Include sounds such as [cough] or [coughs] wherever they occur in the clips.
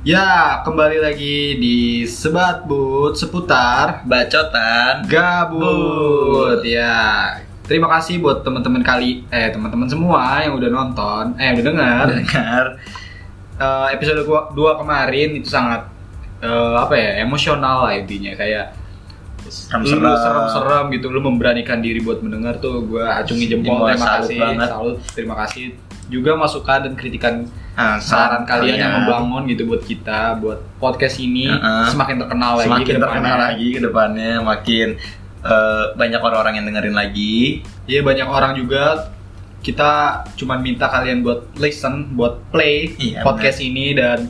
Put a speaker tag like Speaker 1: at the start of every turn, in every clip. Speaker 1: Ya, kembali lagi di Sebat But seputar kan?
Speaker 2: bacotan
Speaker 1: Gabut. Ya. Terima kasih buat teman-teman kali eh teman-teman semua yang udah nonton, eh udah dengar
Speaker 2: dengar
Speaker 1: Eh, episode 2 kemarin itu sangat eh, apa ya, emosional lah intinya kayak
Speaker 2: serem-serem.
Speaker 1: lu serem-serem gitu lu memberanikan diri buat mendengar tuh gua acungi jempol
Speaker 2: Jempol,
Speaker 1: terima
Speaker 2: salut
Speaker 1: kasih
Speaker 2: banget.
Speaker 1: salut terima kasih juga masukan dan kritikan
Speaker 2: Ah,
Speaker 1: saran kalian yang membangun gitu buat kita buat podcast ini
Speaker 2: Heeh.
Speaker 1: semakin terkenal lagi
Speaker 2: Iya. semakin
Speaker 1: ke depannya.
Speaker 2: terkenal lagi ke depannya makin eh, banyak orang-orang yang dengerin lagi
Speaker 1: Iya banyak orang juga kita cuman minta kalian buat listen, buat play
Speaker 2: Iya,
Speaker 1: podcast ini dan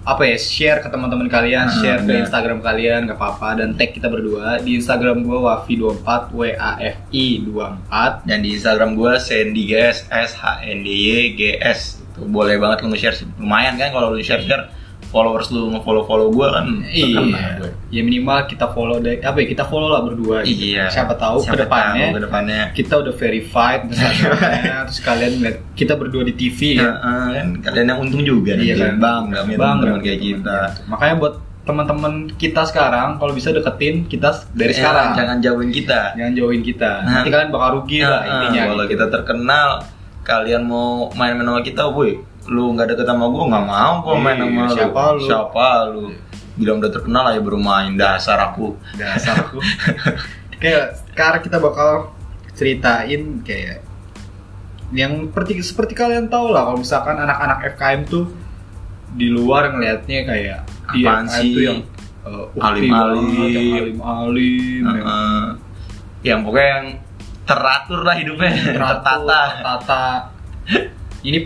Speaker 1: apa ya share ke teman-teman kalian,
Speaker 2: Heeh,
Speaker 1: share ke
Speaker 2: Ah, benar.
Speaker 1: Instagram kalian nggak apa-apa dan tag kita berdua di Instagram gua wafi24 w a f i 24.
Speaker 2: dan di Instagram gue sendygs s h n d y g s itu boleh banget lu nge-share lumayan kan kalau lu share share followers lu nge-follow follow gue kan terkenal
Speaker 1: Iya.
Speaker 2: gue.
Speaker 1: Ya minimal kita follow deh apa ya kita follow lah berdua gitu.
Speaker 2: iya
Speaker 1: Siapa tahu
Speaker 2: Siapa
Speaker 1: ke depannya
Speaker 2: tahu ke depannya
Speaker 1: kita udah verified
Speaker 2: [laughs]
Speaker 1: Instagramnya, terus kalian lihat kita berdua di TV ya.
Speaker 2: Heeh, kan kalian yang untung juga
Speaker 1: Iya
Speaker 2: nanti.
Speaker 1: kan?
Speaker 2: bangga punya teman-teman kayak gitu. kita
Speaker 1: Makanya buat teman-teman kita sekarang kalau bisa deketin kita dari
Speaker 2: Eh,
Speaker 1: sekarang. Jangan
Speaker 2: jangan jauhin kita
Speaker 1: jangan jauhin kita.
Speaker 2: Nah.
Speaker 1: Nanti kalian bakal rugi lah
Speaker 2: Heeh,
Speaker 1: intinya.
Speaker 2: Iya, kalau
Speaker 1: gitu.
Speaker 2: kita terkenal kalian mau main-main sama kita woi lu nggak deket sama gue nggak mau gue main
Speaker 1: Iya,
Speaker 2: sama lu
Speaker 1: siapa lu?
Speaker 2: siapa lu bilang udah terkenal aja baru main dasar aku
Speaker 1: dasar aku. Kayak sekarang kita bakal ceritain kayak yang seperti seperti kalian tahu lah kalau misalkan anak-anak FKM tuh di luar ngelihatnya kayak di
Speaker 2: Apaan
Speaker 1: FKM
Speaker 2: sih?
Speaker 1: tuh yang uh, ukti
Speaker 2: Alim-alim.
Speaker 1: banget, yang
Speaker 2: Iya,
Speaker 1: alim-alim, yang
Speaker 2: Heeh. yang pokoknya yang teratur lah hidupnya tertata
Speaker 1: tata ini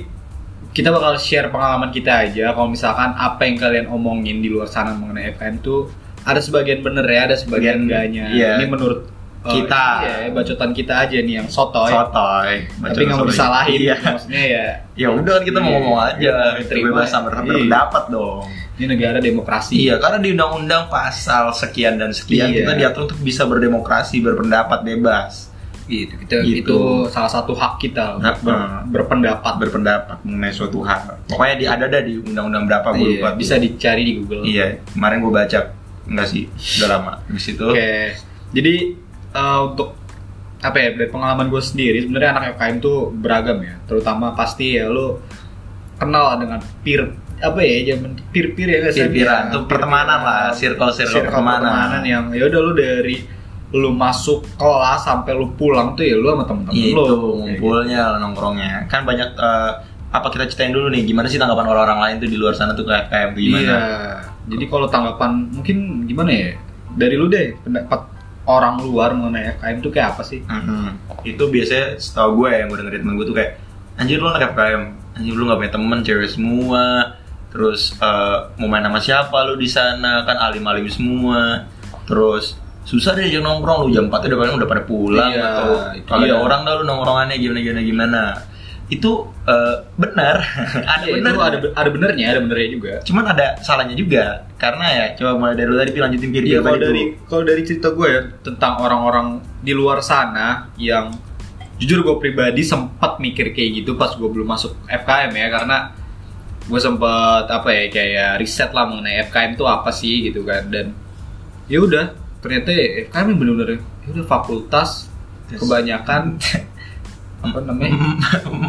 Speaker 1: kita bakal share pengalaman kita aja kalau misalkan apa yang kalian omongin di luar sana mengenai FKM tuh ada sebagian bener ya ada sebagian
Speaker 2: Bagian-
Speaker 1: enggaknya
Speaker 2: iya.
Speaker 1: ini menurut eh,
Speaker 2: Kita.
Speaker 1: iya, bacotan kita aja nih yang sotoy
Speaker 2: sotoy
Speaker 1: tapi nggak mau
Speaker 2: Sotoy.
Speaker 1: disalahin
Speaker 2: iya.
Speaker 1: maksudnya ya
Speaker 2: ya udah kan kita mau
Speaker 1: Iya,
Speaker 2: ngomong aja
Speaker 1: kita terima.
Speaker 2: bebas
Speaker 1: Iya.
Speaker 2: sama berpendapat dong
Speaker 1: ini negara demokrasi
Speaker 2: Iya, karena di undang-undang pasal sekian dan sekian
Speaker 1: Iya.
Speaker 2: kita diatur untuk bisa berdemokrasi, berpendapat bebas,
Speaker 1: gitu, kita-
Speaker 2: Gitu.
Speaker 1: itu salah satu hak kita untuk ber-
Speaker 2: Heeh.
Speaker 1: berpendapat
Speaker 2: berpendapat mengenai suatu hal. Pokoknya di ada dah di undang-undang berapa gue
Speaker 1: Iya,
Speaker 2: lupa.
Speaker 1: bisa dicari di Google
Speaker 2: Iya, kemarin gue baca enggak sih, udah lama. Di situ
Speaker 1: Oke. Jadi eh, untuk apa ya dari pengalaman gue sendiri sebenarnya anak FKM tuh beragam ya. Terutama pasti ya lo kenal dengan peer apa ya zaman peer-peer ya guys.
Speaker 2: Peer-peeran, tuh pertemanan lah, circle-circle pertemanan.
Speaker 1: yang ya udah lo dari lu masuk kelas sampai lu pulang tuh ya lu sama temen-temen
Speaker 2: Iya,
Speaker 1: lu
Speaker 2: itu
Speaker 1: Kayak
Speaker 2: ngumpulnya
Speaker 1: gitu.
Speaker 2: nongkrongnya. Kan banyak eh, apa kita ceritain dulu nih gimana sih tanggapan orang-orang lain tuh di luar sana tuh kayak kayak
Speaker 1: gitu. Iya.
Speaker 2: gimana?
Speaker 1: Jadi kalau tanggapan mungkin gimana ya? Dari lu deh pendapat orang luar mengenai FKM tuh kayak apa sih?
Speaker 2: Mhm. Itu biasanya setahu gue yang gue dengerin temen gue tuh kayak anjir lu anak FKM, anjir lu gak punya temen cewek semua, terus eh, mau main sama siapa lu di sana kan alim-alim semua, terus susah deh jangan nongkrong lu jam 4 udah paling udah pada pulang
Speaker 1: Iya,
Speaker 2: atau
Speaker 1: itu
Speaker 2: kalau ada
Speaker 1: dia.
Speaker 2: orang dah lu nongkrongannya gimana gimana gimana itu eh, benar [laughs] ada
Speaker 1: Iya,
Speaker 2: benar
Speaker 1: itu ada ada benernya, ada benernya juga.
Speaker 2: cuman ada salahnya juga karena ya coba mulai dari lu tadi Pi, lanjutin pikir
Speaker 1: Iya kalau dari
Speaker 2: [laughs]
Speaker 1: kalau dari cerita gue ya tentang orang-orang di luar sana yang jujur gue pribadi sempat mikir kayak gitu pas gue belum masuk FKM ya karena gue sempet apa ya kayak riset lah mengenai FKM itu apa sih gitu kan dan ya udah ternyata ya, FKM yang bener-bener ya udah fakultas
Speaker 2: Yes.
Speaker 1: kebanyakan [laughs] apa namanya [laughs]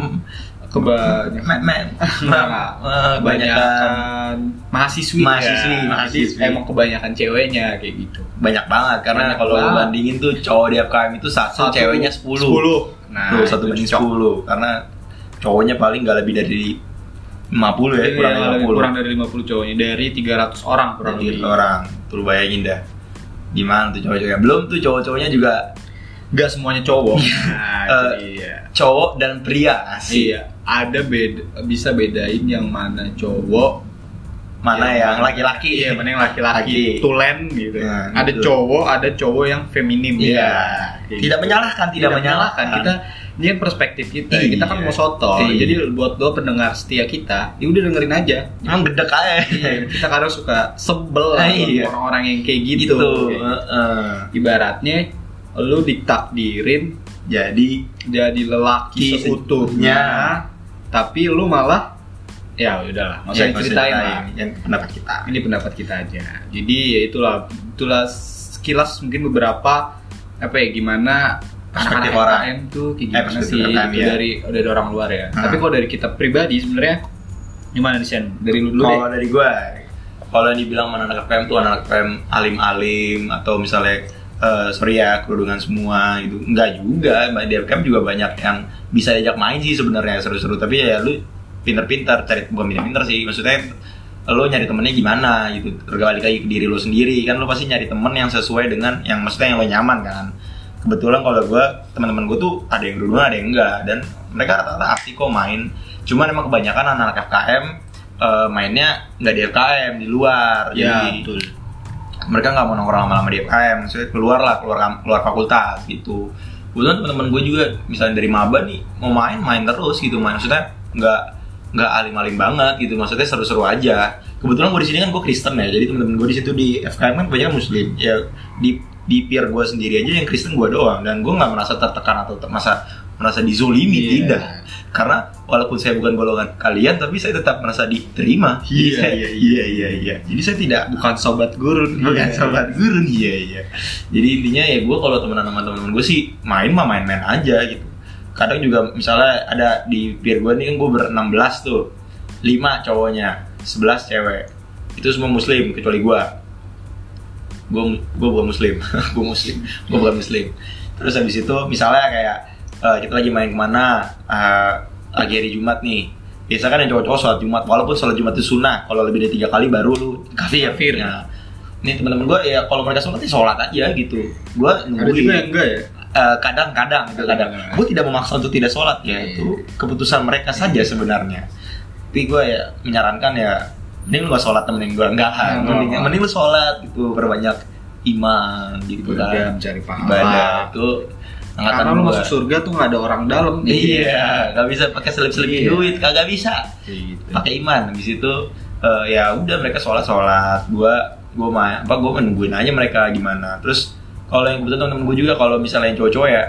Speaker 1: kebanyakan
Speaker 2: Mek, mek.
Speaker 1: Enggak.
Speaker 2: Eh, kebanyakan
Speaker 1: kebanyakan mahasiswi ya.
Speaker 2: Mahasiswi,
Speaker 1: Jadi
Speaker 2: mahasiswi.
Speaker 1: emang kebanyakan ceweknya kayak gitu
Speaker 2: banyak banget karena
Speaker 1: Banyak
Speaker 2: kalau lu
Speaker 1: banget.
Speaker 2: bandingin tuh cowok di FKM itu satu, ceweknya sepuluh
Speaker 1: nah
Speaker 2: tuh satu banding
Speaker 1: cocok.
Speaker 2: sepuluh karena cowoknya paling nggak lebih dari 50 ya
Speaker 1: Jadi yang
Speaker 2: kurang dari
Speaker 1: lebih- Iya,
Speaker 2: 50
Speaker 1: kurang dari 50 cowoknya dari 300 orang kurang
Speaker 2: kurang gitu
Speaker 1: lebih
Speaker 2: orang tuh lu bayangin dah gimana tuh cowok-cowoknya belum tuh cowok-cowoknya juga
Speaker 1: nggak semuanya cowok [laughs] nah,
Speaker 2: Eh,
Speaker 1: itu dia.
Speaker 2: cowok dan pria asik
Speaker 1: iya ada beda bisa bedain yang mana cowok Iya.
Speaker 2: mana yang laki-laki
Speaker 1: [laughs] iya mana yang laki-laki
Speaker 2: Laki.
Speaker 1: tulen gitu
Speaker 2: Nah,
Speaker 1: ada
Speaker 2: gitu.
Speaker 1: cowok ada cowok yang feminim
Speaker 2: Iya.
Speaker 1: Ya, kayak
Speaker 2: tidak
Speaker 1: gitu.
Speaker 2: menyalahkan tidak, menyalahkan
Speaker 1: kita ini kan perspektif kita
Speaker 2: Iya.
Speaker 1: kita kan mau soto
Speaker 2: Iya.
Speaker 1: jadi buat lo pendengar setia kita ya udah dengerin aja
Speaker 2: emang gede aja
Speaker 1: kita kadang suka sebel lah
Speaker 2: Ah, iya.
Speaker 1: sama orang-orang yang kayak gitu,
Speaker 2: [laughs] gitu,
Speaker 1: Kayak
Speaker 2: Heeh.
Speaker 1: ibaratnya lu ditakdirin
Speaker 2: jadi
Speaker 1: jadi lelaki seutuhnya
Speaker 2: Ki seutuhnya.
Speaker 1: tapi lu malah ya udahlah nggak usah
Speaker 2: Ya, nggak usah
Speaker 1: diceritain lah
Speaker 2: diceritain. Yang pendapat kita.
Speaker 1: ini pendapat kita aja jadi ya itulah itulah sekilas mungkin beberapa apa ya gimana
Speaker 2: Perspektif
Speaker 1: anak-anak
Speaker 2: orang.
Speaker 1: FKM tuh kayak
Speaker 2: Eh,
Speaker 1: gimana
Speaker 2: perspektif
Speaker 1: sih
Speaker 2: FKM,
Speaker 1: gitu
Speaker 2: ya.
Speaker 1: dari dari orang luar ya
Speaker 2: Ah.
Speaker 1: tapi kalau dari kita pribadi sebenarnya gimana nih Sen dari lu dulu deh
Speaker 2: Kalau dari gue, kalau yang dibilang mana anak FKM tuh anak FKM alim-alim atau misalnya eh sorry ya kerudungan semua gitu enggak juga di FKM juga banyak yang bisa diajak main sih sebenarnya seru-seru tapi ya lu pinter-pinter cari bukan pinter-pinter sih maksudnya lo nyari temennya gimana gitu terbalik lagi ke diri lo sendiri kan lo pasti nyari temen yang sesuai dengan yang maksudnya yang lo nyaman kan kebetulan kalau gue teman-teman gue tuh ada yang duluan ada yang enggak dan mereka rata-rata asik kok main cuman emang kebanyakan anak-anak FKM eh, mainnya nggak di FKM di luar
Speaker 1: ya
Speaker 2: Jadi,
Speaker 1: betul
Speaker 2: mereka nggak mau nongkrong lama-lama di FKM Eh, maksudnya keluar lah keluar keluar fakultas gitu kebetulan teman-teman gue juga misalnya dari maba nih mau main main terus gitu main maksudnya nggak nggak alim-alim banget gitu maksudnya seru-seru aja kebetulan gue di sini kan gue Kristen ya jadi teman-teman gue di situ di FKM kan kebanyakan Muslim ya di di peer gue sendiri aja yang Kristen gue doang dan gue nggak merasa tertekan atau ter- merasa merasa dizolimi
Speaker 1: Iya.
Speaker 2: tidak karena walaupun saya bukan golongan kalian tapi saya tetap merasa diterima Jadi
Speaker 1: Iya,
Speaker 2: saya-
Speaker 1: iya,
Speaker 2: iya iya iya jadi saya tidak
Speaker 1: bukan sobat gurun
Speaker 2: bukan
Speaker 1: Iya.
Speaker 2: sobat gurun iya iya jadi intinya ya gue kalau temenan sama temen-temen gue sih main mah main-main aja gitu kadang juga misalnya ada di peer gue nih kan gue ber-16 tuh 5 cowoknya 11 cewek itu semua muslim kecuali gue gue gue bukan muslim [laughs] gue muslim gue bukan muslim terus habis itu misalnya kayak eh, kita lagi main kemana eh, lagi hari Jumat nih biasa kan yang cowok-cowok sholat Jumat walaupun sholat Jumat itu sunnah kalau lebih dari tiga kali baru lu kafir
Speaker 1: Kafir.
Speaker 2: Nah, ini teman-teman gue ya kalau mereka sholat ya sholat aja gitu gue
Speaker 1: ada juga yang
Speaker 2: nungguin
Speaker 1: enggak ya
Speaker 2: Eh, kadang-kadang gitu kadang
Speaker 1: Kadang-kadang.
Speaker 2: gue tidak memaksa untuk tidak sholat ya
Speaker 1: Iya.
Speaker 2: itu keputusan mereka saja sebenarnya tapi gue ya menyarankan ya mending lu gak sholat temenin gue enggak
Speaker 1: Iya,
Speaker 2: mending,
Speaker 1: normal.
Speaker 2: mending lu sholat gitu perbanyak iman gitu
Speaker 1: Ibadah,
Speaker 2: kan
Speaker 1: mencari pahala
Speaker 2: ibadah itu angkatan
Speaker 1: karena lu
Speaker 2: gua.
Speaker 1: masuk surga tuh nggak ada orang dalam
Speaker 2: iya gak bisa pakai
Speaker 1: Iya.
Speaker 2: selip-selipin duit kagak bisa
Speaker 1: Kayak gitu.
Speaker 2: pakai iman habis itu eh, ya udah mereka sholat sholat gua gua mah apa gua menungguin aja mereka gimana terus kalau yang kebetulan temen gue juga kalau misalnya yang cowok-cowok ya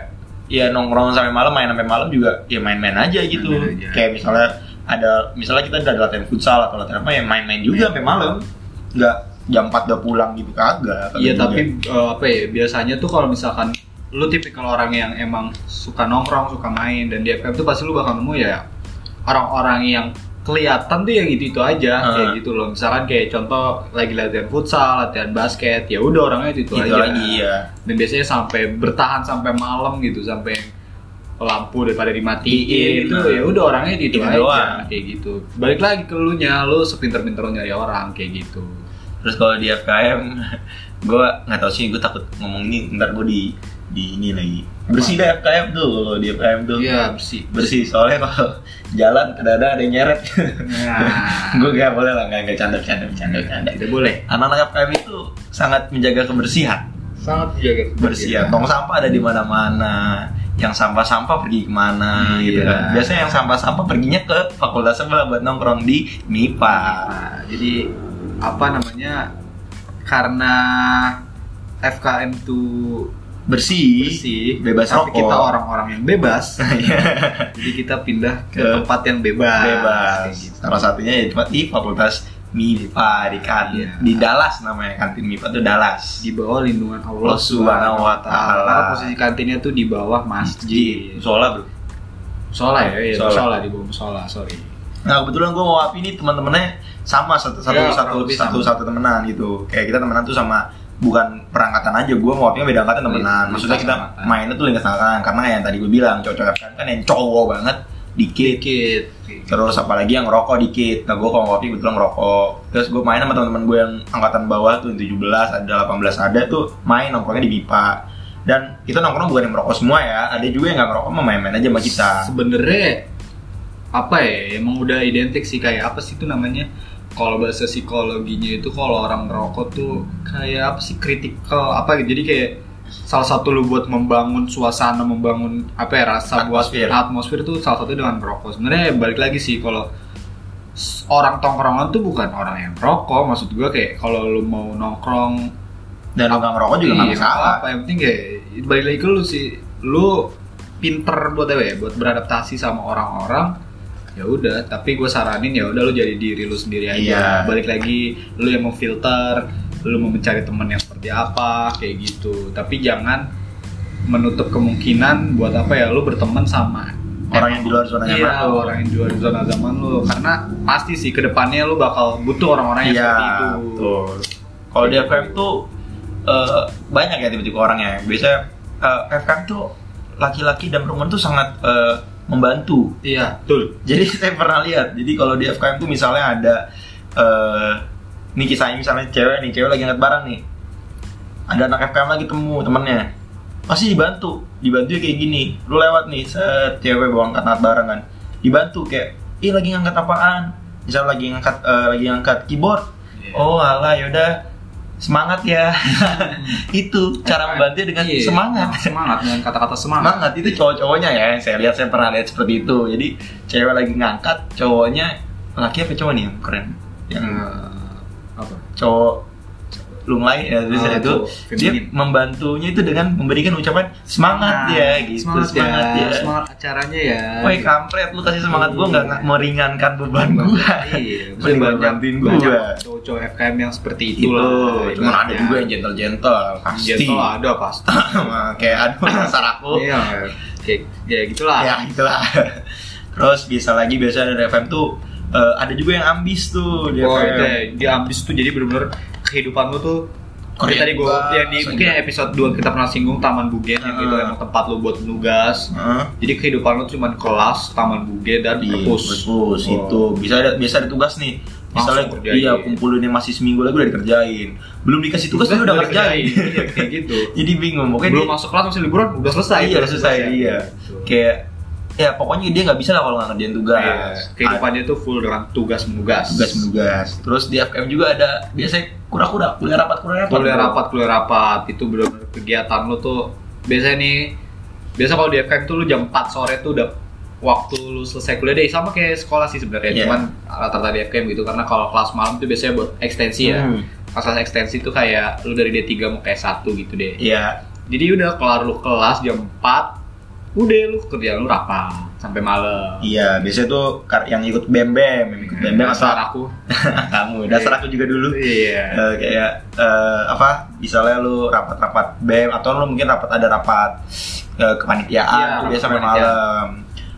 Speaker 2: ya nongkrong sampai malam main sampai malam juga ya main-main aja gitu
Speaker 1: Main-main aja.
Speaker 2: kayak misalnya ada misalnya kita ada latihan futsal atau latihan apa ya main-main
Speaker 1: Iya.
Speaker 2: juga sampai malam nggak jam 4 udah pulang gitu kagak kagak
Speaker 1: Iya
Speaker 2: juga.
Speaker 1: tapi eh, apa ya biasanya tuh kalau misalkan lu tipikal orang yang emang suka nongkrong, suka main dan di FKM tuh pasti lu bakal nemu ya orang-orang yang kelihatan tuh yang itu itu aja
Speaker 2: Ah.
Speaker 1: kayak gitu loh misalkan kayak contoh lagi latihan futsal latihan basket ya udah orangnya itu itu
Speaker 2: gitu
Speaker 1: aja iya.
Speaker 2: lagi ya
Speaker 1: dan biasanya sampai bertahan sampai malam gitu sampai lampu daripada
Speaker 2: Iya,
Speaker 1: dimatiin itu
Speaker 2: bener.
Speaker 1: ya udah orangnya itu
Speaker 2: Itu
Speaker 1: aja
Speaker 2: doang.
Speaker 1: kayak gitu balik lagi ke lu nya lu sepinter-pinter lu nyari orang kayak gitu
Speaker 2: terus kalau di FKM [laughs] gue nggak tahu sih gue takut ngomong ini ntar gue di di ini lagi bersih deh FKM tuh kalau di FKM tuh
Speaker 1: iya bersih
Speaker 2: bersih soalnya kalau [laughs] jalan kadang-kadang ada yang nyeret [laughs]
Speaker 1: nah,
Speaker 2: gue gak boleh lah nggak nggak canda canda canda canda
Speaker 1: tidak boleh
Speaker 2: anak-anak FKM itu sangat menjaga kebersihan
Speaker 1: sangat menjaga
Speaker 2: bersih
Speaker 1: Iya.
Speaker 2: ya. tong sampah ada di mana-mana yang sampah-sampah pergi kemana
Speaker 1: Iya.
Speaker 2: gitu kan biasanya yang sampah-sampah perginya ke fakultas sebelah buat nongkrong di MIPA
Speaker 1: Nah, jadi apa namanya karena FKM tuh
Speaker 2: bersih,
Speaker 1: bersih
Speaker 2: bebas
Speaker 1: tapi
Speaker 2: rokok Iya.
Speaker 1: kita orang-orang yang
Speaker 2: [laughs]
Speaker 1: bebas jadi kita pindah ke,
Speaker 2: Ke
Speaker 1: tempat yang bebas
Speaker 2: bebas.
Speaker 1: Kayak gitu.
Speaker 2: Salah satunya ya cuma di fakultas MIPA di kantin
Speaker 1: Iya.
Speaker 2: di Dallas namanya kantin MIPA itu Dallas.
Speaker 1: di bawah lindungan Allah Nah,
Speaker 2: Allah Subhanahu wa Ta'ala.
Speaker 1: Karena posisi kantinnya tuh di bawah masjid.
Speaker 2: musola bro.
Speaker 1: Musola ya, ya
Speaker 2: Musola.
Speaker 1: musola di bawah musola, sorry.
Speaker 2: Nah kebetulan gue mau api nih teman-temannya sama satu satu
Speaker 1: Iya,
Speaker 2: satu
Speaker 1: kurang lebih
Speaker 2: satu,
Speaker 1: sama.
Speaker 2: satu temenan gitu. Kayak kita temenan tuh sama bukan perangkatan aja gue mau apinya beda angkatan temenan.
Speaker 1: Lintas
Speaker 2: Maksudnya kita
Speaker 1: Oh, iya. angkatan.
Speaker 2: mainnya tuh lintas angkatan karena yang tadi gue bilang cocok kan kan yang cowok banget dikit
Speaker 1: Dikit.
Speaker 2: terus apalagi yang ngerokok dikit nah gue kalau ngopi betul ngerokok terus gue main sama teman-teman gue yang angkatan bawah tuh yang 17 ada 18 ada tuh main nongkrongnya di BIPA dan kita nongkrong bukan yang merokok semua ya ada juga yang nggak merokok mau main-main aja sama kita
Speaker 1: Sebenernya apa ya, emang udah identik sih kayak apa sih itu namanya? Kalau bahasa psikologinya itu kalau orang ngerokok tuh kayak apa sih kritikal apa gitu. Jadi kayak salah satu lu buat membangun suasana, membangun apa ya rasa
Speaker 2: Atmosfer.
Speaker 1: buat atmosfer tuh salah satu dengan merokok. Sebenarnya balik lagi sih kalau s- orang tongkrongan tuh bukan orang yang rokok maksud gua kayak kalau lu mau nongkrong
Speaker 2: dan lo nggak ngerokok juga nggak
Speaker 1: Iya,
Speaker 2: masalah
Speaker 1: apa yang penting kayak balik lagi ya? ke lu sih lu pinter buat apa ya buat beradaptasi sama orang-orang ya udah tapi gue saranin ya udah lu jadi diri lu sendiri aja
Speaker 2: Iya.
Speaker 1: balik lagi lu yang memfilter lu mau mencari temen yang seperti apa kayak gitu tapi jangan menutup kemungkinan buat apa ya lu berteman sama
Speaker 2: Orang yang di luar zona nyaman
Speaker 1: Iya,
Speaker 2: lu.
Speaker 1: orang yang di luar zona zaman lu karena pasti sih kedepannya lu bakal butuh orang-orang yang
Speaker 2: Iya,
Speaker 1: seperti itu
Speaker 2: betul. Kalau di FKM tuh eh, banyak ya tipe-tipe orangnya. Biasanya eh, FKM tuh laki-laki dan perempuan tuh sangat eh, membantu.
Speaker 1: iya betul
Speaker 2: Jadi [laughs] saya pernah lihat. Jadi kalau di FKM tuh misalnya ada eh nih kisahnya misalnya cewek nih, cewek lagi ngeliat barang nih. Ada anak FKM lagi temu temennya. Masih dibantu, dibantu kayak gini. Lu lewat nih, set cewek bawa angkat angkat barang kan. Dibantu kayak, ih lagi ngangkat apaan? Misalnya lagi ngangkat eh, lagi ngangkat keyboard.
Speaker 1: Iya.
Speaker 2: Oh alah yaudah semangat ya. [laughs] Itu cara membantu dengan
Speaker 1: Iya,
Speaker 2: semangat
Speaker 1: [laughs] semangat dengan kata-kata semangat
Speaker 2: semangat itu cowok-cowoknya ya yang saya lihat saya pernah lihat seperti itu jadi cewek lagi ngangkat cowoknya laki apa cowok nih yang keren yang
Speaker 1: Eh, apa
Speaker 2: cowok lunglai ya terus
Speaker 1: Oh,
Speaker 2: itu
Speaker 1: cowok
Speaker 2: dia
Speaker 1: feminin.
Speaker 2: membantunya itu dengan memberikan ucapan semangat ya gitu
Speaker 1: Nah, semangat,
Speaker 2: semangat,
Speaker 1: ya,
Speaker 2: ya,
Speaker 1: semangat acaranya ya
Speaker 2: Woi kampret lu kasih semangat gua nggak nggak meringankan beban [laughs] gua
Speaker 1: Iya, banyak-
Speaker 2: Mending
Speaker 1: Gitu
Speaker 2: bantuin gua. Gitu.
Speaker 1: banyak cowok-cowok FKM yang seperti itu lah.
Speaker 2: cuman ada juga yang gentle gentle pasti
Speaker 1: pasti.
Speaker 2: [laughs]
Speaker 1: ada pasti.
Speaker 2: kayak
Speaker 1: [coughs]
Speaker 2: aduh dasar aku
Speaker 1: Iya, kayak ya gitulah.
Speaker 2: ya itulah [laughs] terus biasa lagi biasa dari FM tuh eh, ada juga yang ambis tuh di
Speaker 1: Oh,
Speaker 2: FM
Speaker 1: itu ya, dia ambis tuh jadi bener-bener kehidupan lu tuh
Speaker 2: Keren
Speaker 1: Kayak tadi gue
Speaker 2: banget.
Speaker 1: yang di mungkin episode 2 kita pernah singgung Taman Bugen yang itu
Speaker 2: Ah.
Speaker 1: emang tempat lu buat nugas.
Speaker 2: Heeh.
Speaker 1: Jadi kehidupan lu cuman kelas, Taman Bugen dan
Speaker 2: di
Speaker 1: perpus.
Speaker 2: perpus,
Speaker 1: Oh.
Speaker 2: itu bisa ada bisa ada tugas nih misalnya
Speaker 1: Langsung kerjain.
Speaker 2: iya kumpulin yang masih seminggu lagi udah dikerjain belum dikasih tugas dia udah
Speaker 1: dikerjain.
Speaker 2: [laughs] ngerjain
Speaker 1: Iya, kayak gitu.
Speaker 2: jadi bingung pokoknya
Speaker 1: Belum
Speaker 2: dia-
Speaker 1: masuk kelas masih liburan udah selesai.
Speaker 2: iya udah selesai iya kayak ya pokoknya dia nggak bisa lah kalau nggak ngerjain tugas
Speaker 1: Iya, kehidupannya tuh full dengan tugas menugas.
Speaker 2: tugas menugas terus di FKM juga ada biasanya kura-kura kuliah rapat kuliah rapat
Speaker 1: Kuliah rapat, kuliah rapat itu benar-benar kegiatan lu tuh biasanya nih biasa kalau di FKM tuh lu jam 4 sore tuh udah waktu lu selesai kuliah deh sama kayak sekolah sih sebenarnya
Speaker 2: Iya.
Speaker 1: cuman rata-rata di FKM gitu karena kalau kelas malam tuh biasanya buat ekstensi ya.
Speaker 2: Hmm.
Speaker 1: Kelas ekstensi tuh kayak lu dari D3 mau ke S1 gitu deh.
Speaker 2: iya
Speaker 1: Jadi udah kelar lu kelas jam 4 udah lu kerjaan lu rapat sampai malam.
Speaker 2: Iya, biasanya tuh kar- yang ikut bem-bem, yang ikut bem-bem
Speaker 1: Dasar
Speaker 2: asal
Speaker 1: aku.
Speaker 2: [laughs] kamu, dasar aku juga dulu.
Speaker 1: Iya.
Speaker 2: Eh, kayak eh, apa misalnya lu rapat-rapat bem atau lu mungkin rapat ada rapat eh,
Speaker 1: Iya,
Speaker 2: kepanitiaan tuh biasa sampai
Speaker 1: kepanitiaan.
Speaker 2: malam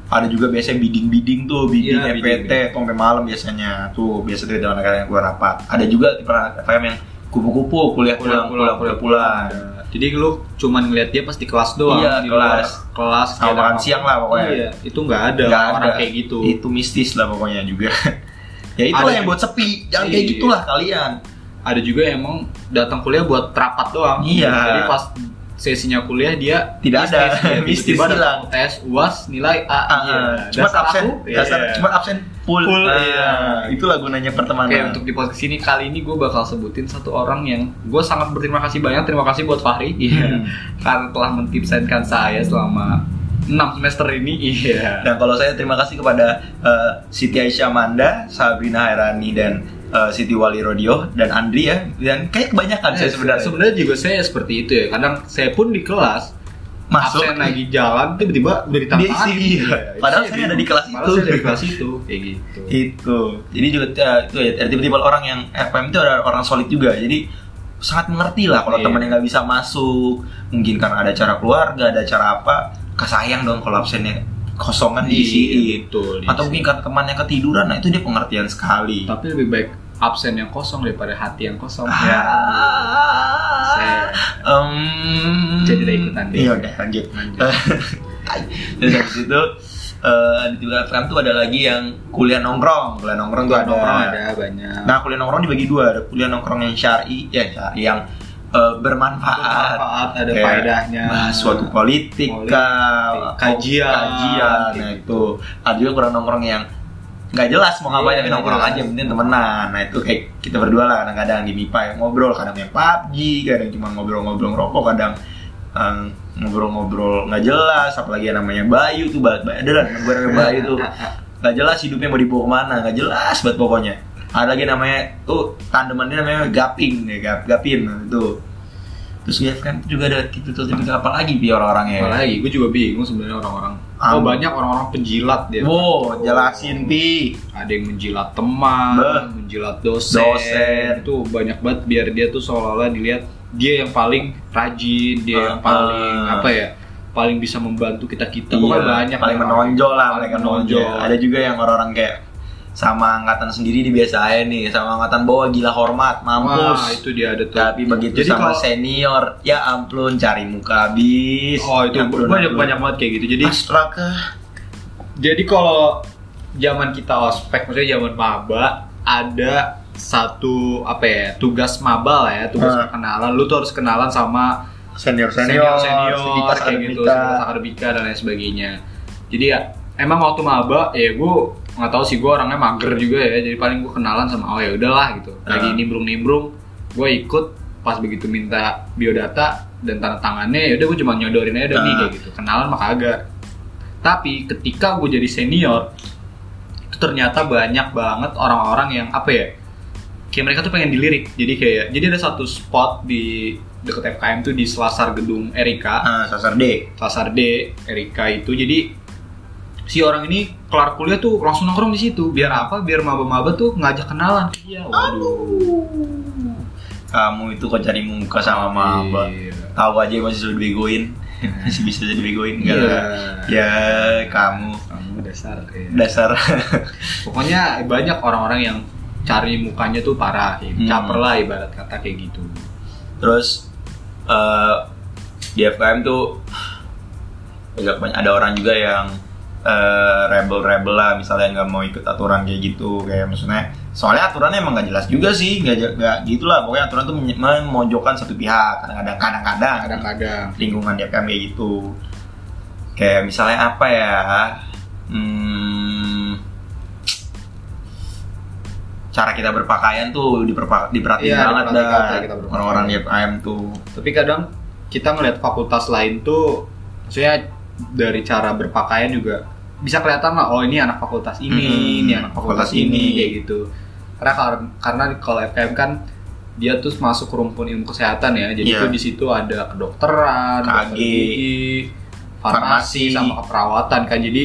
Speaker 2: ada juga biasanya bidding-bidding tuh bidding
Speaker 1: Iya,
Speaker 2: EPT
Speaker 1: bidding.
Speaker 2: tuh sampai malam biasanya tuh biasa tuh ada anak-anak yang gua rapat ada juga tipe anak yang kupu-kupu kuliah pulang pulang kuliah pulang
Speaker 1: Jadi lu cuman ngeliat dia pasti kelas doang.
Speaker 2: Iya,
Speaker 1: Di luar
Speaker 2: kelas.
Speaker 1: kelas
Speaker 2: Sama makan siang lah pokoknya.
Speaker 1: Iya, itu nggak ada
Speaker 2: Nggak
Speaker 1: orang
Speaker 2: ada.
Speaker 1: kayak gitu.
Speaker 2: itu mistis lah pokoknya juga [laughs] ya itulah
Speaker 1: Ada
Speaker 2: yang
Speaker 1: juga-
Speaker 2: buat sepi jangan kayak
Speaker 1: Iya.
Speaker 2: gitulah kalian
Speaker 1: Ada juga yang emang datang kuliah buat rapat doang.
Speaker 2: Iya.
Speaker 1: Jadi pas sesinya kuliah dia
Speaker 2: Tidak ada.
Speaker 1: mistis,
Speaker 2: Mistis
Speaker 1: tiba
Speaker 2: hilang.
Speaker 1: tes uas nilai A.
Speaker 2: Ah,
Speaker 1: Iya.
Speaker 2: cuma
Speaker 1: Dasar
Speaker 2: absen,
Speaker 1: aku,
Speaker 2: dasar,
Speaker 1: iya.
Speaker 2: cuma absen full.
Speaker 1: Full,
Speaker 2: Ah,
Speaker 1: iya.
Speaker 2: Itulah gunanya pertemanan.
Speaker 1: Oke untuk di podcast ini kali ini gue bakal sebutin satu orang yang gue sangat berterima kasih banyak terima kasih buat Fahri iya
Speaker 2: Hmm.
Speaker 1: karena telah mentipsenkan saya selama 6 semester ini iya
Speaker 2: Dan Nah, kalau saya terima kasih kepada eh, Siti Aisyah Manda, Sabrina Hairani dan eh, Siti Wali Rodio dan Andri ya. Dan kayak kebanyakan saya
Speaker 1: Eh,
Speaker 2: sebenarnya.
Speaker 1: sebenarnya juga saya seperti itu ya kadang saya pun di kelas
Speaker 2: Masuk.
Speaker 1: absen lagi jalan tiba-tiba udah ditantangin
Speaker 2: Diisi, iya. Padahal saya ada di kelas
Speaker 1: Padahal
Speaker 2: itu. Iya.
Speaker 1: saya ada di kelas itu kayak gitu
Speaker 2: itu jadi juga eh, itu ya ada tipe-tipe orang yang FM itu ada orang solid juga jadi sangat mengerti lah kalau
Speaker 1: Iya.
Speaker 2: temen yang nggak bisa masuk mungkin karena ada acara keluarga ada acara apa kesayang dong kalau absennya kosongan
Speaker 1: Iya,
Speaker 2: diisiin
Speaker 1: betul, diisi.
Speaker 2: atau mungkin karena temannya ketiduran nah itu dia pengertian sekali
Speaker 1: tapi lebih baik absen yang kosong daripada hati yang kosong ya
Speaker 2: Ah.
Speaker 1: Saya-
Speaker 2: Em,
Speaker 1: Jadi udah ikutan deh.
Speaker 2: Iya udah
Speaker 1: [laughs]
Speaker 2: lanjut.
Speaker 1: Lanjut.
Speaker 2: Tai. Terus habis itu eh, di juga FM tuh ada lagi yang kuliah nongkrong. Kuliah nongkrong tuh ada.
Speaker 1: Nongkrong ada banyak
Speaker 2: Nah kuliah nongkrong dibagi dua. Ada kuliah nongkrong yang syari, ya syari yang eh, bermanfaat.
Speaker 1: manfaat ada
Speaker 2: Kayak
Speaker 1: faedahnya
Speaker 2: bahas Nah, suatu politik,
Speaker 1: Politik,
Speaker 2: kah,
Speaker 1: kajian,
Speaker 2: kajian, nah itu. Ada juga kurang nongkrong yang nggak jelas mau ngapain
Speaker 1: Iya,
Speaker 2: tapi
Speaker 1: nggak
Speaker 2: nongkrong
Speaker 1: jelas.
Speaker 2: aja penting temenan nah itu kayak kita berdua lah kadang-kadang di MIPA yang ngobrol kadang main PUBG kadang cuma ngobrol-ngobrol rokok kadang em, ngobrol-ngobrol nggak jelas apalagi yang namanya Bayu tuh banget Bayu ada lah temen gue namanya Bayu tuh nggak jelas hidupnya mau dibawa kemana nggak jelas banget pokoknya ada lagi namanya tuh tandemannya namanya Gaping ya Gap, Gapin nah, itu terus gue kan juga ada tipe-tipe apa lagi bi orang-orangnya
Speaker 1: apalagi gue juga bingung sebenarnya orang-orang
Speaker 2: Ah.
Speaker 1: Oh banyak orang-orang penjilat dia.
Speaker 2: Wow, jelasin pi.
Speaker 1: Ada yang menjilat teman,
Speaker 2: Beh.
Speaker 1: menjilat dosen.
Speaker 2: Dosen.
Speaker 1: Itu banyak banget biar dia tuh seolah-olah dilihat dia yang paling rajin, dia yang
Speaker 2: Ah.
Speaker 1: paling apa ya? Paling bisa membantu kita kita.
Speaker 2: Iya,
Speaker 1: banyak.
Speaker 2: paling
Speaker 1: orang.
Speaker 2: menonjol lah,
Speaker 1: Paling
Speaker 2: paling menonjol. Iya,
Speaker 1: menonjol.
Speaker 2: Ada juga yang orang-orang kayak sama angkatan sendiri dibiasain nih, sama angkatan bawah gila hormat, mampus.
Speaker 1: Wah, itu dia ada tuh.
Speaker 2: Tapi begitu
Speaker 1: Jadi
Speaker 2: sama
Speaker 1: kalau-
Speaker 2: senior, ya amplun cari muka habis.
Speaker 1: Oh itu banyak banyak banget kayak gitu. Jadi
Speaker 2: Astraka.
Speaker 1: Jadi kalau zaman kita ospek, maksudnya zaman maba, ada satu apa ya tugas maba lah ya, tugas
Speaker 2: Ah.
Speaker 1: kenalan. Lu tuh harus kenalan sama
Speaker 2: Senior
Speaker 1: senior, senior,
Speaker 2: sindikat
Speaker 1: kayak gitu,
Speaker 2: akademika.
Speaker 1: senior akademika dan lain sebagainya. Jadi ya emang waktu maba ya gue nggak tahu sih gue orangnya mager juga ya, jadi paling gue kenalan sama oh ya udahlah gitu. Lagi
Speaker 2: Ah.
Speaker 1: nimbrung-nimbrung, gue ikut pas begitu minta biodata dan tanda tangannya ya udah gue cuma nyodorin aja udah nih
Speaker 2: Ah.
Speaker 1: kayak gitu kenalan mah kagak tapi ketika gue jadi senior itu ternyata banyak banget orang-orang yang apa ya kayak mereka tuh pengen dilirik jadi kayak jadi ada satu spot di deket FKM tuh di selasar gedung Erika
Speaker 2: Ah, sasar D.
Speaker 1: Selasar D Erika itu jadi si orang ini kelar kuliah tuh langsung nongkrong di situ biar apa biar maba-maba tuh ngajak kenalan iya waduh
Speaker 2: Kamu itu kok cari muka sama maba.
Speaker 1: Iya.
Speaker 2: Tahu aja masih sudah
Speaker 1: [laughs]
Speaker 2: dibegoin. masih bisa jadi begoin
Speaker 1: Iya.
Speaker 2: Ya, kamu
Speaker 1: kamu dasar kayak
Speaker 2: dasar [laughs]
Speaker 1: Pokoknya banyak orang-orang yang cari mukanya tuh parah, ya.
Speaker 2: Hmm.
Speaker 1: caper lah ibarat kata kayak gitu.
Speaker 2: terus eh, di FKM tuh agak banyak ada orang juga yang eh, rebel-rebel lah misalnya nggak mau ikut aturan kayak gitu kayak maksudnya soalnya aturannya emang nggak jelas juga sih nggak je- nggak gitulah pokoknya aturan tuh menye- memojokkan satu pihak kadang-kadang kadang-kadang
Speaker 1: Kadang-kadang
Speaker 2: lingkungan di FKM kayak gitu kayak misalnya apa ya hmm, cara kita berpakaian tuh diperpa- diperhatiin
Speaker 1: Iya,
Speaker 2: banget
Speaker 1: diperhatiin
Speaker 2: dah.
Speaker 1: cara kita berpakaian.
Speaker 2: orang-orang di FKM tuh
Speaker 1: tapi kadang kita ngelihat fakultas lain tuh maksudnya dari cara berpakaian juga bisa kelihatan lah oh ini anak fakultas ini
Speaker 2: Hmm,
Speaker 1: ini anak fakultas,
Speaker 2: fakultas
Speaker 1: ini,
Speaker 2: ini.
Speaker 1: kayak gitu karena kar- karena kalau FKM kan dia tuh masuk ke rumpun ilmu kesehatan ya jadi
Speaker 2: Iya.
Speaker 1: tuh di situ ada kedokteran dokter
Speaker 2: KG,
Speaker 1: gigi, farmasi
Speaker 2: farmasi.
Speaker 1: sama keperawatan kan jadi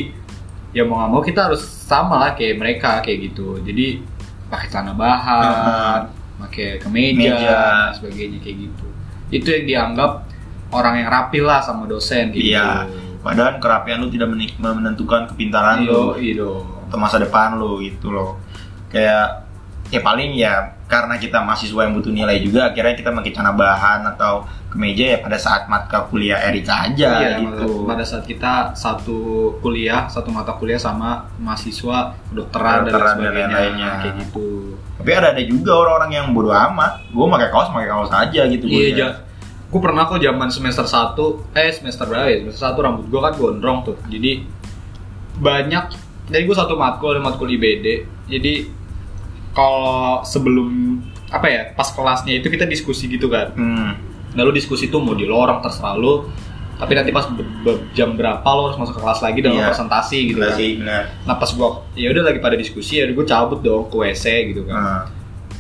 Speaker 1: ya mau nggak mau kita harus sama lah kayak mereka kayak gitu jadi pakai celana bahan pakai kemeja
Speaker 2: Meja.
Speaker 1: dan sebagainya kayak gitu itu yang dianggap orang yang rapi lah sama dosen gitu
Speaker 2: Iya. padahal kerapian lu tidak menik- menentukan kepintaran
Speaker 1: iyo
Speaker 2: lu atau masa depan lu gitu loh kayak ya paling ya karena kita mahasiswa yang butuh nilai juga akhirnya kita pakai celana bahan atau kemeja ya pada saat matka kuliah Erika aja
Speaker 1: Iya,
Speaker 2: gitu
Speaker 1: pada saat kita satu kuliah satu mata kuliah sama mahasiswa kedokteran dan, lain
Speaker 2: Kedokteran dan
Speaker 1: sebagainya
Speaker 2: lain-lainnya.
Speaker 1: kayak gitu
Speaker 2: Tapi ada ada juga orang-orang yang bodo amat. Gue pakai kaos, pakai kaos aja gitu.
Speaker 1: iya
Speaker 2: gua.
Speaker 1: ja gue pernah kok zaman semester 1 eh semester berapa ya semester satu rambut gue kan gondrong tuh jadi banyak dari gue satu matkul matkul IBD jadi kalau sebelum apa ya pas kelasnya itu kita diskusi gitu kan
Speaker 2: Hmm.
Speaker 1: Nah lu diskusi tuh mau di lorong terserah lu Tapi nanti pas be- be- jam berapa lo harus masuk ke kelas lagi dan lu
Speaker 2: Iya.
Speaker 1: presentasi gitu
Speaker 2: Gila
Speaker 1: kan
Speaker 2: sih, benar.
Speaker 1: Nah pas gua ya udah lagi pada diskusi ya gue cabut dong ke WC gitu kan
Speaker 2: Nah,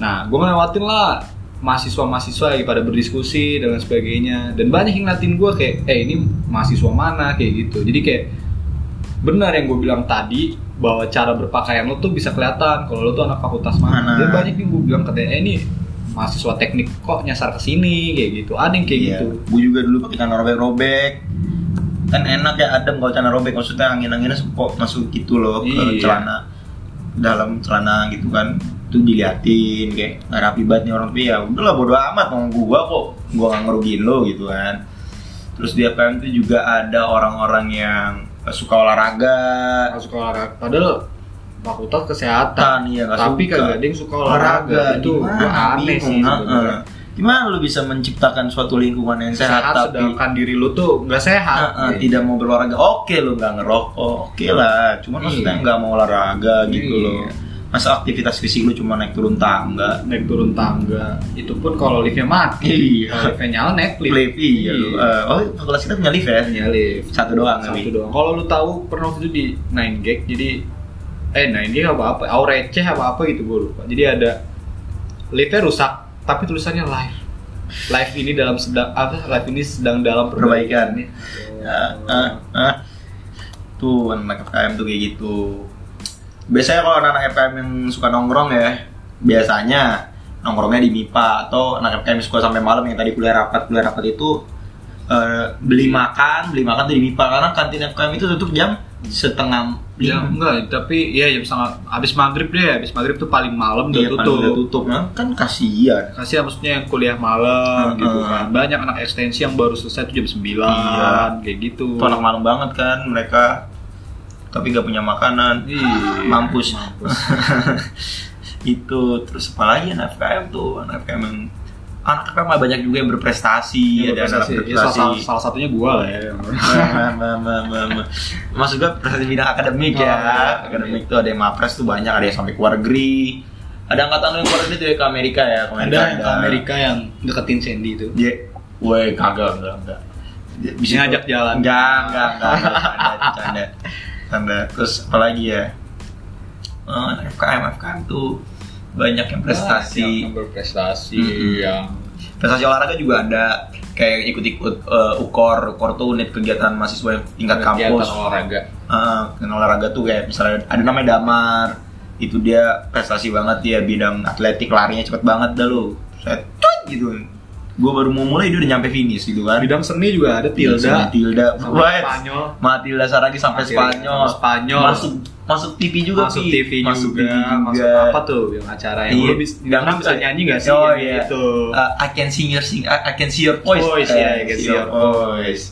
Speaker 1: Nah gua ngelewatin lah mahasiswa-mahasiswa lagi pada berdiskusi dan lain sebagainya Dan banyak yang ngeliatin gua kayak eh ini mahasiswa mana kayak gitu Jadi kayak benar yang gue bilang tadi bahwa cara berpakaian lo tuh bisa kelihatan kalau lo tuh anak fakultas mana.
Speaker 2: Mana.
Speaker 1: Dan banyak yang gue bilang katanya eh, ini mahasiswa teknik kok nyasar ke sini kayak gitu. Ada yang kayak
Speaker 2: iya.
Speaker 1: gitu.
Speaker 2: Gue juga dulu pakai celana robek-robek. Kan enak ya adem kalau celana robek. Maksudnya angin-anginnya sepok masuk gitu loh ke
Speaker 1: Iya.
Speaker 2: celana dalam celana gitu kan itu diliatin kayak nggak rapi banget nih orang tapi ya udahlah bodo amat mau gua kok gua nggak ngerugiin lo gitu kan terus di FM itu juga ada orang-orang yang suka olahraga
Speaker 1: Nggak suka olahraga. Padahal fakultas kesehatan.
Speaker 2: tan ya nggak
Speaker 1: Tapi
Speaker 2: suka.
Speaker 1: kagak ada yang suka olahraga. itu gue aneh sih.
Speaker 2: bingung,
Speaker 1: sebenarnya.
Speaker 2: heeh. Gimana lu bisa menciptakan suatu lingkungan yang sehat,
Speaker 1: Sehat
Speaker 2: tapi
Speaker 1: sedangkan diri lu tuh nggak sehat.
Speaker 2: heeh,
Speaker 1: Iya.
Speaker 2: tidak mau berolahraga? Oke lu nggak ngerokok, oke lah.
Speaker 1: Iya.
Speaker 2: Cuman maksudnya nggak mau olahraga gitu
Speaker 1: Iya.
Speaker 2: loh. Masa aktivitas fisik lu cuma naik turun tangga?
Speaker 1: Naik turun tangga. Itu pun kalau liftnya mati.
Speaker 2: Iya.
Speaker 1: Kalau liftnya nyala naik lift.
Speaker 2: Play iya lu. Eh, oh, fakultas kita punya lift ya?
Speaker 1: Punya lift.
Speaker 2: Satu doang
Speaker 1: Satu
Speaker 2: tapi.
Speaker 1: doang. Kalau lu tahu pernah waktu itu di 9 gag jadi eh 9 gag apa apa Aurece apa apa gitu gue lupa. Jadi ada liftnya rusak tapi tulisannya live. Live ini dalam
Speaker 2: Ya,
Speaker 1: sedang apa live ini sedang dalam perbaikan.
Speaker 2: Perbaikan. Eh, eh, eh. Tuh anak FKM tuh kayak gitu. Biasanya kalau anak FKM yang suka nongkrong ya, biasanya nongkrongnya di MIPA atau anak FKM yang suka sampai malam yang tadi kuliah rapat, kuliah rapat itu eh, beli makan, beli makan tuh di MIPA karena kantin FKM itu tutup jam setengah
Speaker 1: Ya
Speaker 2: lima.
Speaker 1: enggak, tapi ya jam setengah habis maghrib deh, habis maghrib tuh paling malam udah
Speaker 2: Iya, kan
Speaker 1: tutup.
Speaker 2: udah tutup. Nah, kan kasihan.
Speaker 1: Kasih maksudnya yang kuliah malam
Speaker 2: Heeh.
Speaker 1: gitu kan. Banyak anak ekstensi yang baru selesai tuh jam 9
Speaker 2: Iya.
Speaker 1: kayak gitu.
Speaker 2: Itu anak malam banget kan mereka tapi nggak punya makanan
Speaker 1: Iya.
Speaker 2: mampus,
Speaker 1: Mampus.
Speaker 2: [laughs] itu terus apalagi anak FKM tuh anak FKM yang anak FKM mah banyak juga yang berprestasi
Speaker 1: Iya,
Speaker 2: ada anak
Speaker 1: prestasi. Ya, salah, salah- salah satunya gua lah ya.
Speaker 2: Ma- ma- ma- ma- ma. [laughs] maksud gue prestasi bidang akademik ya
Speaker 1: Oh, iya.
Speaker 2: akademik tuh ada yang mapres tuh banyak ada yang sampai ke luar negeri ada angkatan lu yang keluar negeri tuh ya ke Amerika ya ke Amerika
Speaker 1: Ada yang ke Amerika yang deketin Sandy itu.
Speaker 2: dia woi kagak enggak enggak Dia-
Speaker 1: Bisa ngajak jalan.
Speaker 2: Enggak, enggak, enggak, enggak,
Speaker 1: [laughs]
Speaker 2: bercanda, bercanda, bercanda. Terus apa lagi ya? Eh, FKM, FKM tuh banyak yang prestasi,
Speaker 1: Yang berprestasi
Speaker 2: Mm-mm.
Speaker 1: yang
Speaker 2: prestasi olahraga juga ada. Kayak ikut-ikut eh, ukor, ukor tuh unit kegiatan mahasiswa yang tingkat
Speaker 1: kegiatan
Speaker 2: kampus.
Speaker 1: olahraga.
Speaker 2: Eh, kegiatan olahraga tuh kayak misalnya ada namanya Damar, itu dia prestasi banget dia bidang atletik larinya cepet banget dah lu. Set, tut, gitu. Gue baru mau mulai dia udah nyampe finish gitu kan.
Speaker 1: Bidang seni juga ada
Speaker 2: Sama
Speaker 1: Tilda.
Speaker 2: Tilda.
Speaker 1: Sama
Speaker 2: What?
Speaker 1: Spanyol.
Speaker 2: Matilda Saragi sampai
Speaker 1: Matilda
Speaker 2: Spanyol.
Speaker 1: sampai Spanyol.
Speaker 2: Masuk masuk TV juga
Speaker 1: masuk
Speaker 2: Pi.
Speaker 1: TV
Speaker 2: masuk
Speaker 1: juga,
Speaker 2: TV juga.
Speaker 1: masuk apa tuh yang acara yang
Speaker 2: Iya.
Speaker 1: lu bis- di dalam bisa nyanyi nggak sih
Speaker 2: Oh
Speaker 1: Yang
Speaker 2: iya.
Speaker 1: gitu
Speaker 2: Uh, I can see your sing, uh, I, I can see your voice.
Speaker 1: Voice,
Speaker 2: Eh,
Speaker 1: iya, I can see your
Speaker 2: voice.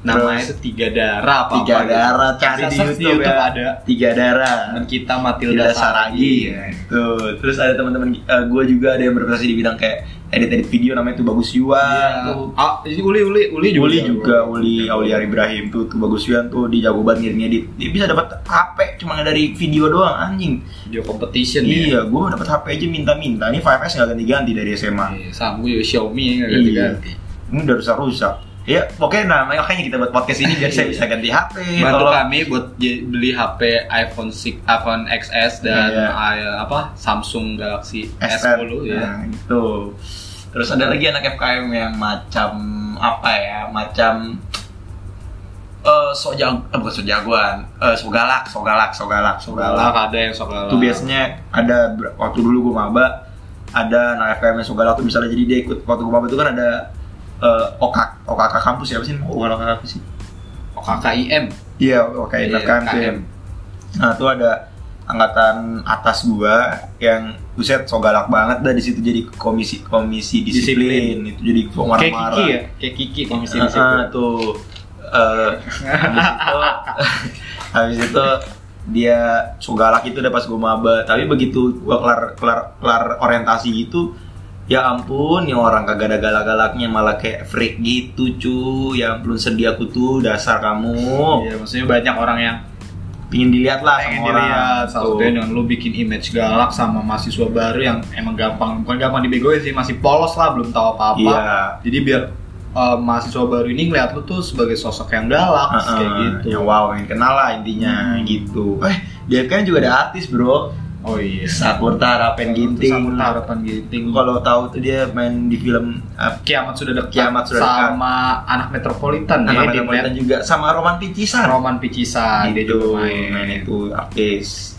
Speaker 1: namanya
Speaker 2: Terus,
Speaker 1: itu tiga darah apa
Speaker 2: tiga darah
Speaker 1: cari di YouTube,
Speaker 2: ya.
Speaker 1: ada
Speaker 2: Tiga darah.
Speaker 1: teman kita Matilda
Speaker 2: Tilda
Speaker 1: Saragi Iya.
Speaker 2: Saragi. Tuh, terus ada teman-teman gue juga ada yang berprestasi di bidang kayak edit-edit video namanya tuh Bagus Yuan.
Speaker 1: Iya.
Speaker 2: tuh.
Speaker 1: ah, jadi Uli Uli Uli juga
Speaker 2: Uli juga, Uli Auliar Ibrahim tuh, tuh bagus Yuan tuh di jago banget ngedit. Dia bisa dapat HP cuma dari video doang anjing.
Speaker 1: video competition ya
Speaker 2: Iya, gue dapat HP aja minta-minta. Ini 5S nggak ganti-ganti dari
Speaker 1: Iya,
Speaker 2: SMA.
Speaker 1: sama gue juga Xiaomi nggak
Speaker 2: Iya.
Speaker 1: ganti-ganti
Speaker 2: Ini udah rusak-rusak. Ya, oke nah makanya kita buat podcast ini biar saya
Speaker 1: Iya.
Speaker 2: bisa ganti
Speaker 1: bantu
Speaker 2: HP.
Speaker 1: kan,
Speaker 2: Tolong.
Speaker 1: kami buat j- beli HP iPhone 6, iPhone XS dan
Speaker 2: Iya.
Speaker 1: i- apa Samsung Galaxy
Speaker 2: SN.
Speaker 1: S10
Speaker 2: Nah,
Speaker 1: ya.
Speaker 2: itu. Terus ada lagi anak FKM yang macam apa ya? Macam eh sok jago, eh, bukan sok jagoan, eh sok galak, sok galak, sok galak, sok galak.
Speaker 1: Galak ada yang sok galak.
Speaker 2: Itu biasanya ada ber- waktu dulu gue maba ada anak FKM yang suka galak tuh misalnya jadi dia ikut waktu gue maba itu kan ada eh, OKK OKK kampus ya apa sih? Oh, bukan OKK kampus sih.
Speaker 1: Oh, KKIM.
Speaker 2: Iya, OKK
Speaker 1: Iya,
Speaker 2: FKM tuh ya.
Speaker 1: KKM.
Speaker 2: Nah, tuh ada angkatan atas gua yang buset so galak banget dah di situ jadi komisi komisi disiplin, itu jadi gua
Speaker 1: Kayak Kiki ya,
Speaker 2: marah-marah.
Speaker 1: kayak Kiki komisi
Speaker 2: Heeh,
Speaker 1: disiplin.
Speaker 2: tuh eh,
Speaker 1: Ah,
Speaker 2: [laughs] habis itu dia so galak itu udah pas gua maba tapi begitu gua kelar kelar kelar orientasi gitu ya ampun ya orang kagak ada galak-galaknya malah kayak freak gitu cu ya ampun sedih aku tuh dasar kamu
Speaker 1: Iya, maksudnya banyak orang yang
Speaker 2: pingin dilihat lah
Speaker 1: pengen
Speaker 2: sama orang gitu.
Speaker 1: dilihat salah
Speaker 2: Tuh.
Speaker 1: satunya dengan lu bikin image galak sama mahasiswa baru yang emang gampang bukan gampang dibegoin sih masih polos lah belum tahu apa-apa
Speaker 2: Iya.
Speaker 1: jadi biar eh, mahasiswa baru ini ngeliat lu tuh sebagai sosok yang galak
Speaker 2: Heeh,
Speaker 1: kayak gitu
Speaker 2: Ya wow, yang kenal lah intinya
Speaker 1: Hmm.
Speaker 2: gitu. Eh, dia kan juga ada artis, Bro.
Speaker 1: oh iya
Speaker 2: Sakurta Harapan Ginting.
Speaker 1: Sama harapan ginting
Speaker 2: Kalau tahu tuh dia main di film uh,
Speaker 1: kiamat sudah dekat
Speaker 2: Kiamat sudah dekat.
Speaker 1: sama anak metropolitan ya
Speaker 2: Anak
Speaker 1: di
Speaker 2: Metropolitan juga sama Roman Picisan.
Speaker 1: Roman Picisan dia
Speaker 2: Gitu,
Speaker 1: juga main,
Speaker 2: main itu artis.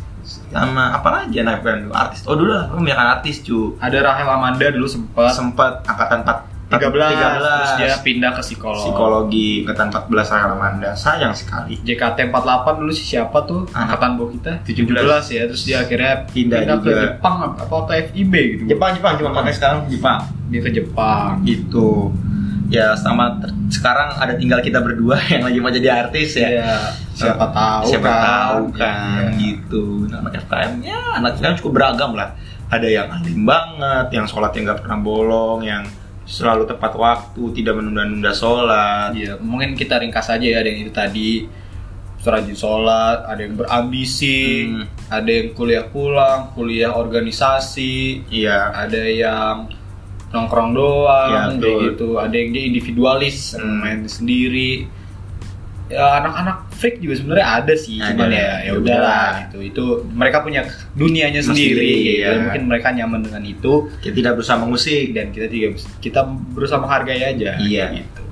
Speaker 2: Sama apa lagi anak bukan artis. Oh, dulu lah, kebanyakan artis, cu.
Speaker 1: ada Rahel Amanda dulu sempat
Speaker 2: Sempat angkatan 4
Speaker 1: 13, terus dia pindah ke psikolog.
Speaker 2: psikologi angkatan 14 Rahel Amanda. Sayang sekali.
Speaker 1: JKT48 dulu sih siapa tuh
Speaker 2: Anak.
Speaker 1: angkatan bawah kita
Speaker 2: 17.
Speaker 1: 17 ya terus dia akhirnya
Speaker 2: Pindah
Speaker 1: ke
Speaker 2: juga.
Speaker 1: Jepang apa atau FIB gitu
Speaker 2: Jepang, Jepang, cuma pakai sekarang Jepang.
Speaker 1: dia ke Jepang
Speaker 2: gitu ya sama ter- sekarang ada tinggal kita berdua [laughs] yang lagi mau jadi artis ya
Speaker 1: Iya, siapa tahu
Speaker 2: siapa
Speaker 1: kan.
Speaker 2: tahu kan
Speaker 1: Iya.
Speaker 2: gitu nah, anak FKM ya anak FKM cukup beragam lah ada yang alim banget yang sholatnya nggak pernah bolong yang selalu tepat waktu tidak menunda-nunda sholat
Speaker 1: Iya, mungkin kita ringkas aja ya ada yang itu tadi rajin sholat, ada yang berambisi,
Speaker 2: Hmm.
Speaker 1: ada yang kuliah pulang, kuliah organisasi,
Speaker 2: iya
Speaker 1: ada yang nongkrong doang
Speaker 2: Iya,
Speaker 1: kayak
Speaker 2: betul.
Speaker 1: gitu ada yang dia individualis
Speaker 2: Hmm.
Speaker 1: main sendiri ya anak-anak freak juga sebenarnya ada sih
Speaker 2: Ada.
Speaker 1: cuman ya ya
Speaker 2: Ya
Speaker 1: udahlah
Speaker 2: udahlah.
Speaker 1: gitu itu mereka punya dunianya sendiri
Speaker 2: Sendiri,
Speaker 1: gitu.
Speaker 2: iya.
Speaker 1: mungkin mereka nyaman dengan itu
Speaker 2: kita tidak berusaha mengusik
Speaker 1: dan kita juga kita berusaha menghargai aja
Speaker 2: Iya.
Speaker 1: gitu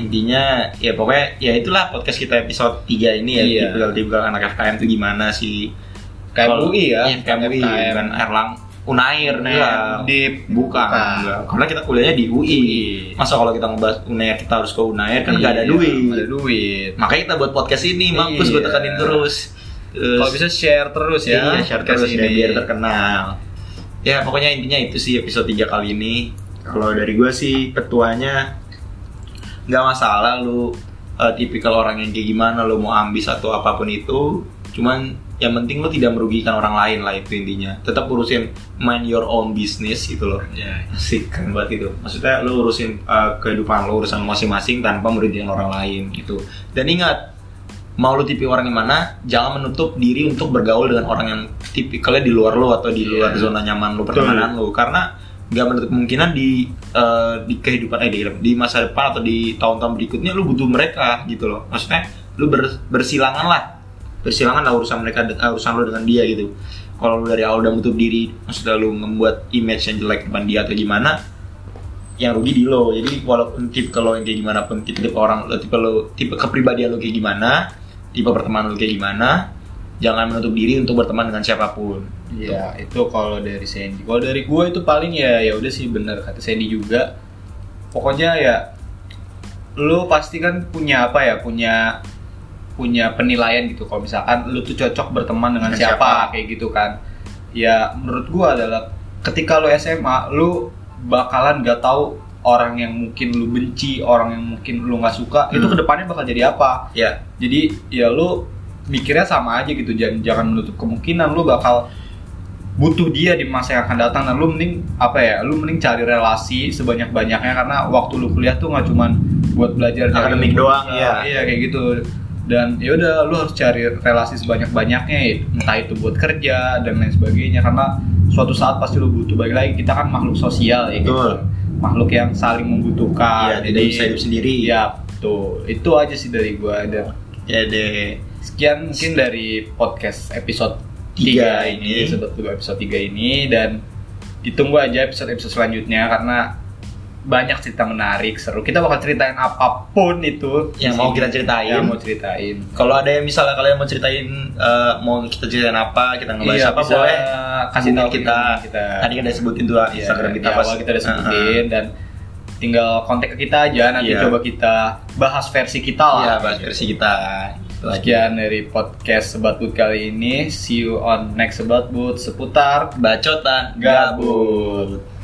Speaker 2: intinya ya pokoknya ya itulah podcast kita episode 3 ini ya
Speaker 1: Iya.
Speaker 2: tipikal tipikal anak FKM itu gimana sih
Speaker 1: KMUI
Speaker 2: Kalau-
Speaker 1: ya,
Speaker 2: iya, KMUI
Speaker 1: FKM.
Speaker 2: bukan Erlang Unair nih
Speaker 1: Enggak, di-
Speaker 2: bukan
Speaker 1: bukan.
Speaker 2: enggak. karena kita kuliahnya di UI masa kalau kita ngebahas Unair kita harus ke Unair kan nggak ada
Speaker 1: Iya,
Speaker 2: duit
Speaker 1: nggak ada duit
Speaker 2: makanya kita buat podcast ini mampus
Speaker 1: Iya.
Speaker 2: gue tekanin terus terus
Speaker 1: kalau bisa share terus ya
Speaker 2: iya, share
Speaker 1: podcast
Speaker 2: terus ya, biar terkenal ya pokoknya intinya itu sih episode 3 kali ini kalau dari gue sih petuanya nggak masalah lu eh, tipikal orang yang kayak gimana lu mau ambis atau apapun itu cuman yang penting lu tidak merugikan orang lain lah itu intinya tetap urusin mind your own business gitu loh
Speaker 1: Ya.
Speaker 2: asik kan buat itu maksudnya lu urusin uh, kehidupan lu urusan lu masing-masing tanpa merugikan orang lain gitu dan ingat mau lu tipe orang yang mana jangan menutup diri untuk bergaul dengan orang yang tipikalnya di luar lu atau di luar
Speaker 1: Iya.
Speaker 2: zona nyaman lu
Speaker 1: Betul.
Speaker 2: pertemanan lu karena nggak menutup kemungkinan di uh, di kehidupan eh di, di masa depan atau di tahun-tahun berikutnya lu butuh mereka gitu loh maksudnya lu ber- bersilangan lah bersilangan lah urusan mereka uh, urusan lu dengan dia gitu kalau lu dari awal udah menutup diri maksudnya lu membuat image yang jelek depan dia atau gimana yang rugi di lo jadi walaupun tipe kalau yang kayak gimana pun tipe, tipe orang lo tipe lo tipe kepribadian lo kayak gimana tipe pertemanan lo kayak gimana jangan menutup diri untuk berteman dengan siapapun
Speaker 1: Ya itu kalau dari Sandy. Kalau dari gue itu paling ya ya udah sih bener kata Sandy juga. Pokoknya ya lu pasti kan punya apa ya punya punya penilaian gitu kalau misalkan lu tuh cocok berteman dengan
Speaker 2: Dengan
Speaker 1: siapa, kayak gitu kan ya menurut gua adalah ketika lu SMA lu bakalan gak tahu orang yang mungkin lu benci orang yang mungkin lu nggak suka itu
Speaker 2: Hmm.
Speaker 1: kedepannya bakal jadi apa
Speaker 2: ya
Speaker 1: jadi ya lu mikirnya sama aja gitu jangan jangan menutup kemungkinan lu bakal butuh dia di masa yang akan datang dan lu mending apa ya lu mending cari relasi sebanyak banyaknya karena waktu lu kuliah tuh nggak cuman buat belajar dari
Speaker 2: Akademik
Speaker 1: ilmu,
Speaker 2: doang,
Speaker 1: bisa.
Speaker 2: iya.
Speaker 1: iya kayak gitu dan ya udah lu harus cari relasi sebanyak banyaknya entah itu buat kerja dan lain sebagainya karena suatu saat pasti lu butuh balik lagi kita kan makhluk sosial ya gitu.
Speaker 2: Betul.
Speaker 1: makhluk yang saling membutuhkan
Speaker 2: ya tidak bisa hidup sendiri
Speaker 1: iya tuh itu aja sih dari gua dan
Speaker 2: ya deh
Speaker 1: Sekian mungkin dari podcast episode
Speaker 2: Tiga
Speaker 1: 3 ini,
Speaker 2: ini.
Speaker 1: episode episode 3 ini dan ditunggu aja episode-episode selanjutnya karena banyak cerita menarik, seru. Kita bakal ceritain apapun itu
Speaker 2: Yang
Speaker 1: di
Speaker 2: mau
Speaker 1: sini.
Speaker 2: kita ceritain.
Speaker 1: Yang mau ceritain.
Speaker 2: kalau ada yang misalnya kalian mau ceritain eh, mau kita ceritain apa kita ngebahas apa
Speaker 1: Iya, bisa
Speaker 2: boleh
Speaker 1: kasih tahu
Speaker 2: Hubungin kita,
Speaker 1: kita.
Speaker 2: tadi kan udah sebutin tuh
Speaker 1: Iya,
Speaker 2: Instagram kita
Speaker 1: di
Speaker 2: pas
Speaker 1: awal kita udah sebutin dan tinggal kontak ke kita aja nanti
Speaker 2: Iya.
Speaker 1: coba kita bahas versi kita lah.
Speaker 2: ya bahas versi kita Gitu aja.
Speaker 1: Iya, Sekian dari podcast Sebat Bud kali ini. See you on next Sebat Bud seputar
Speaker 2: bacotan gabut
Speaker 1: Gabut.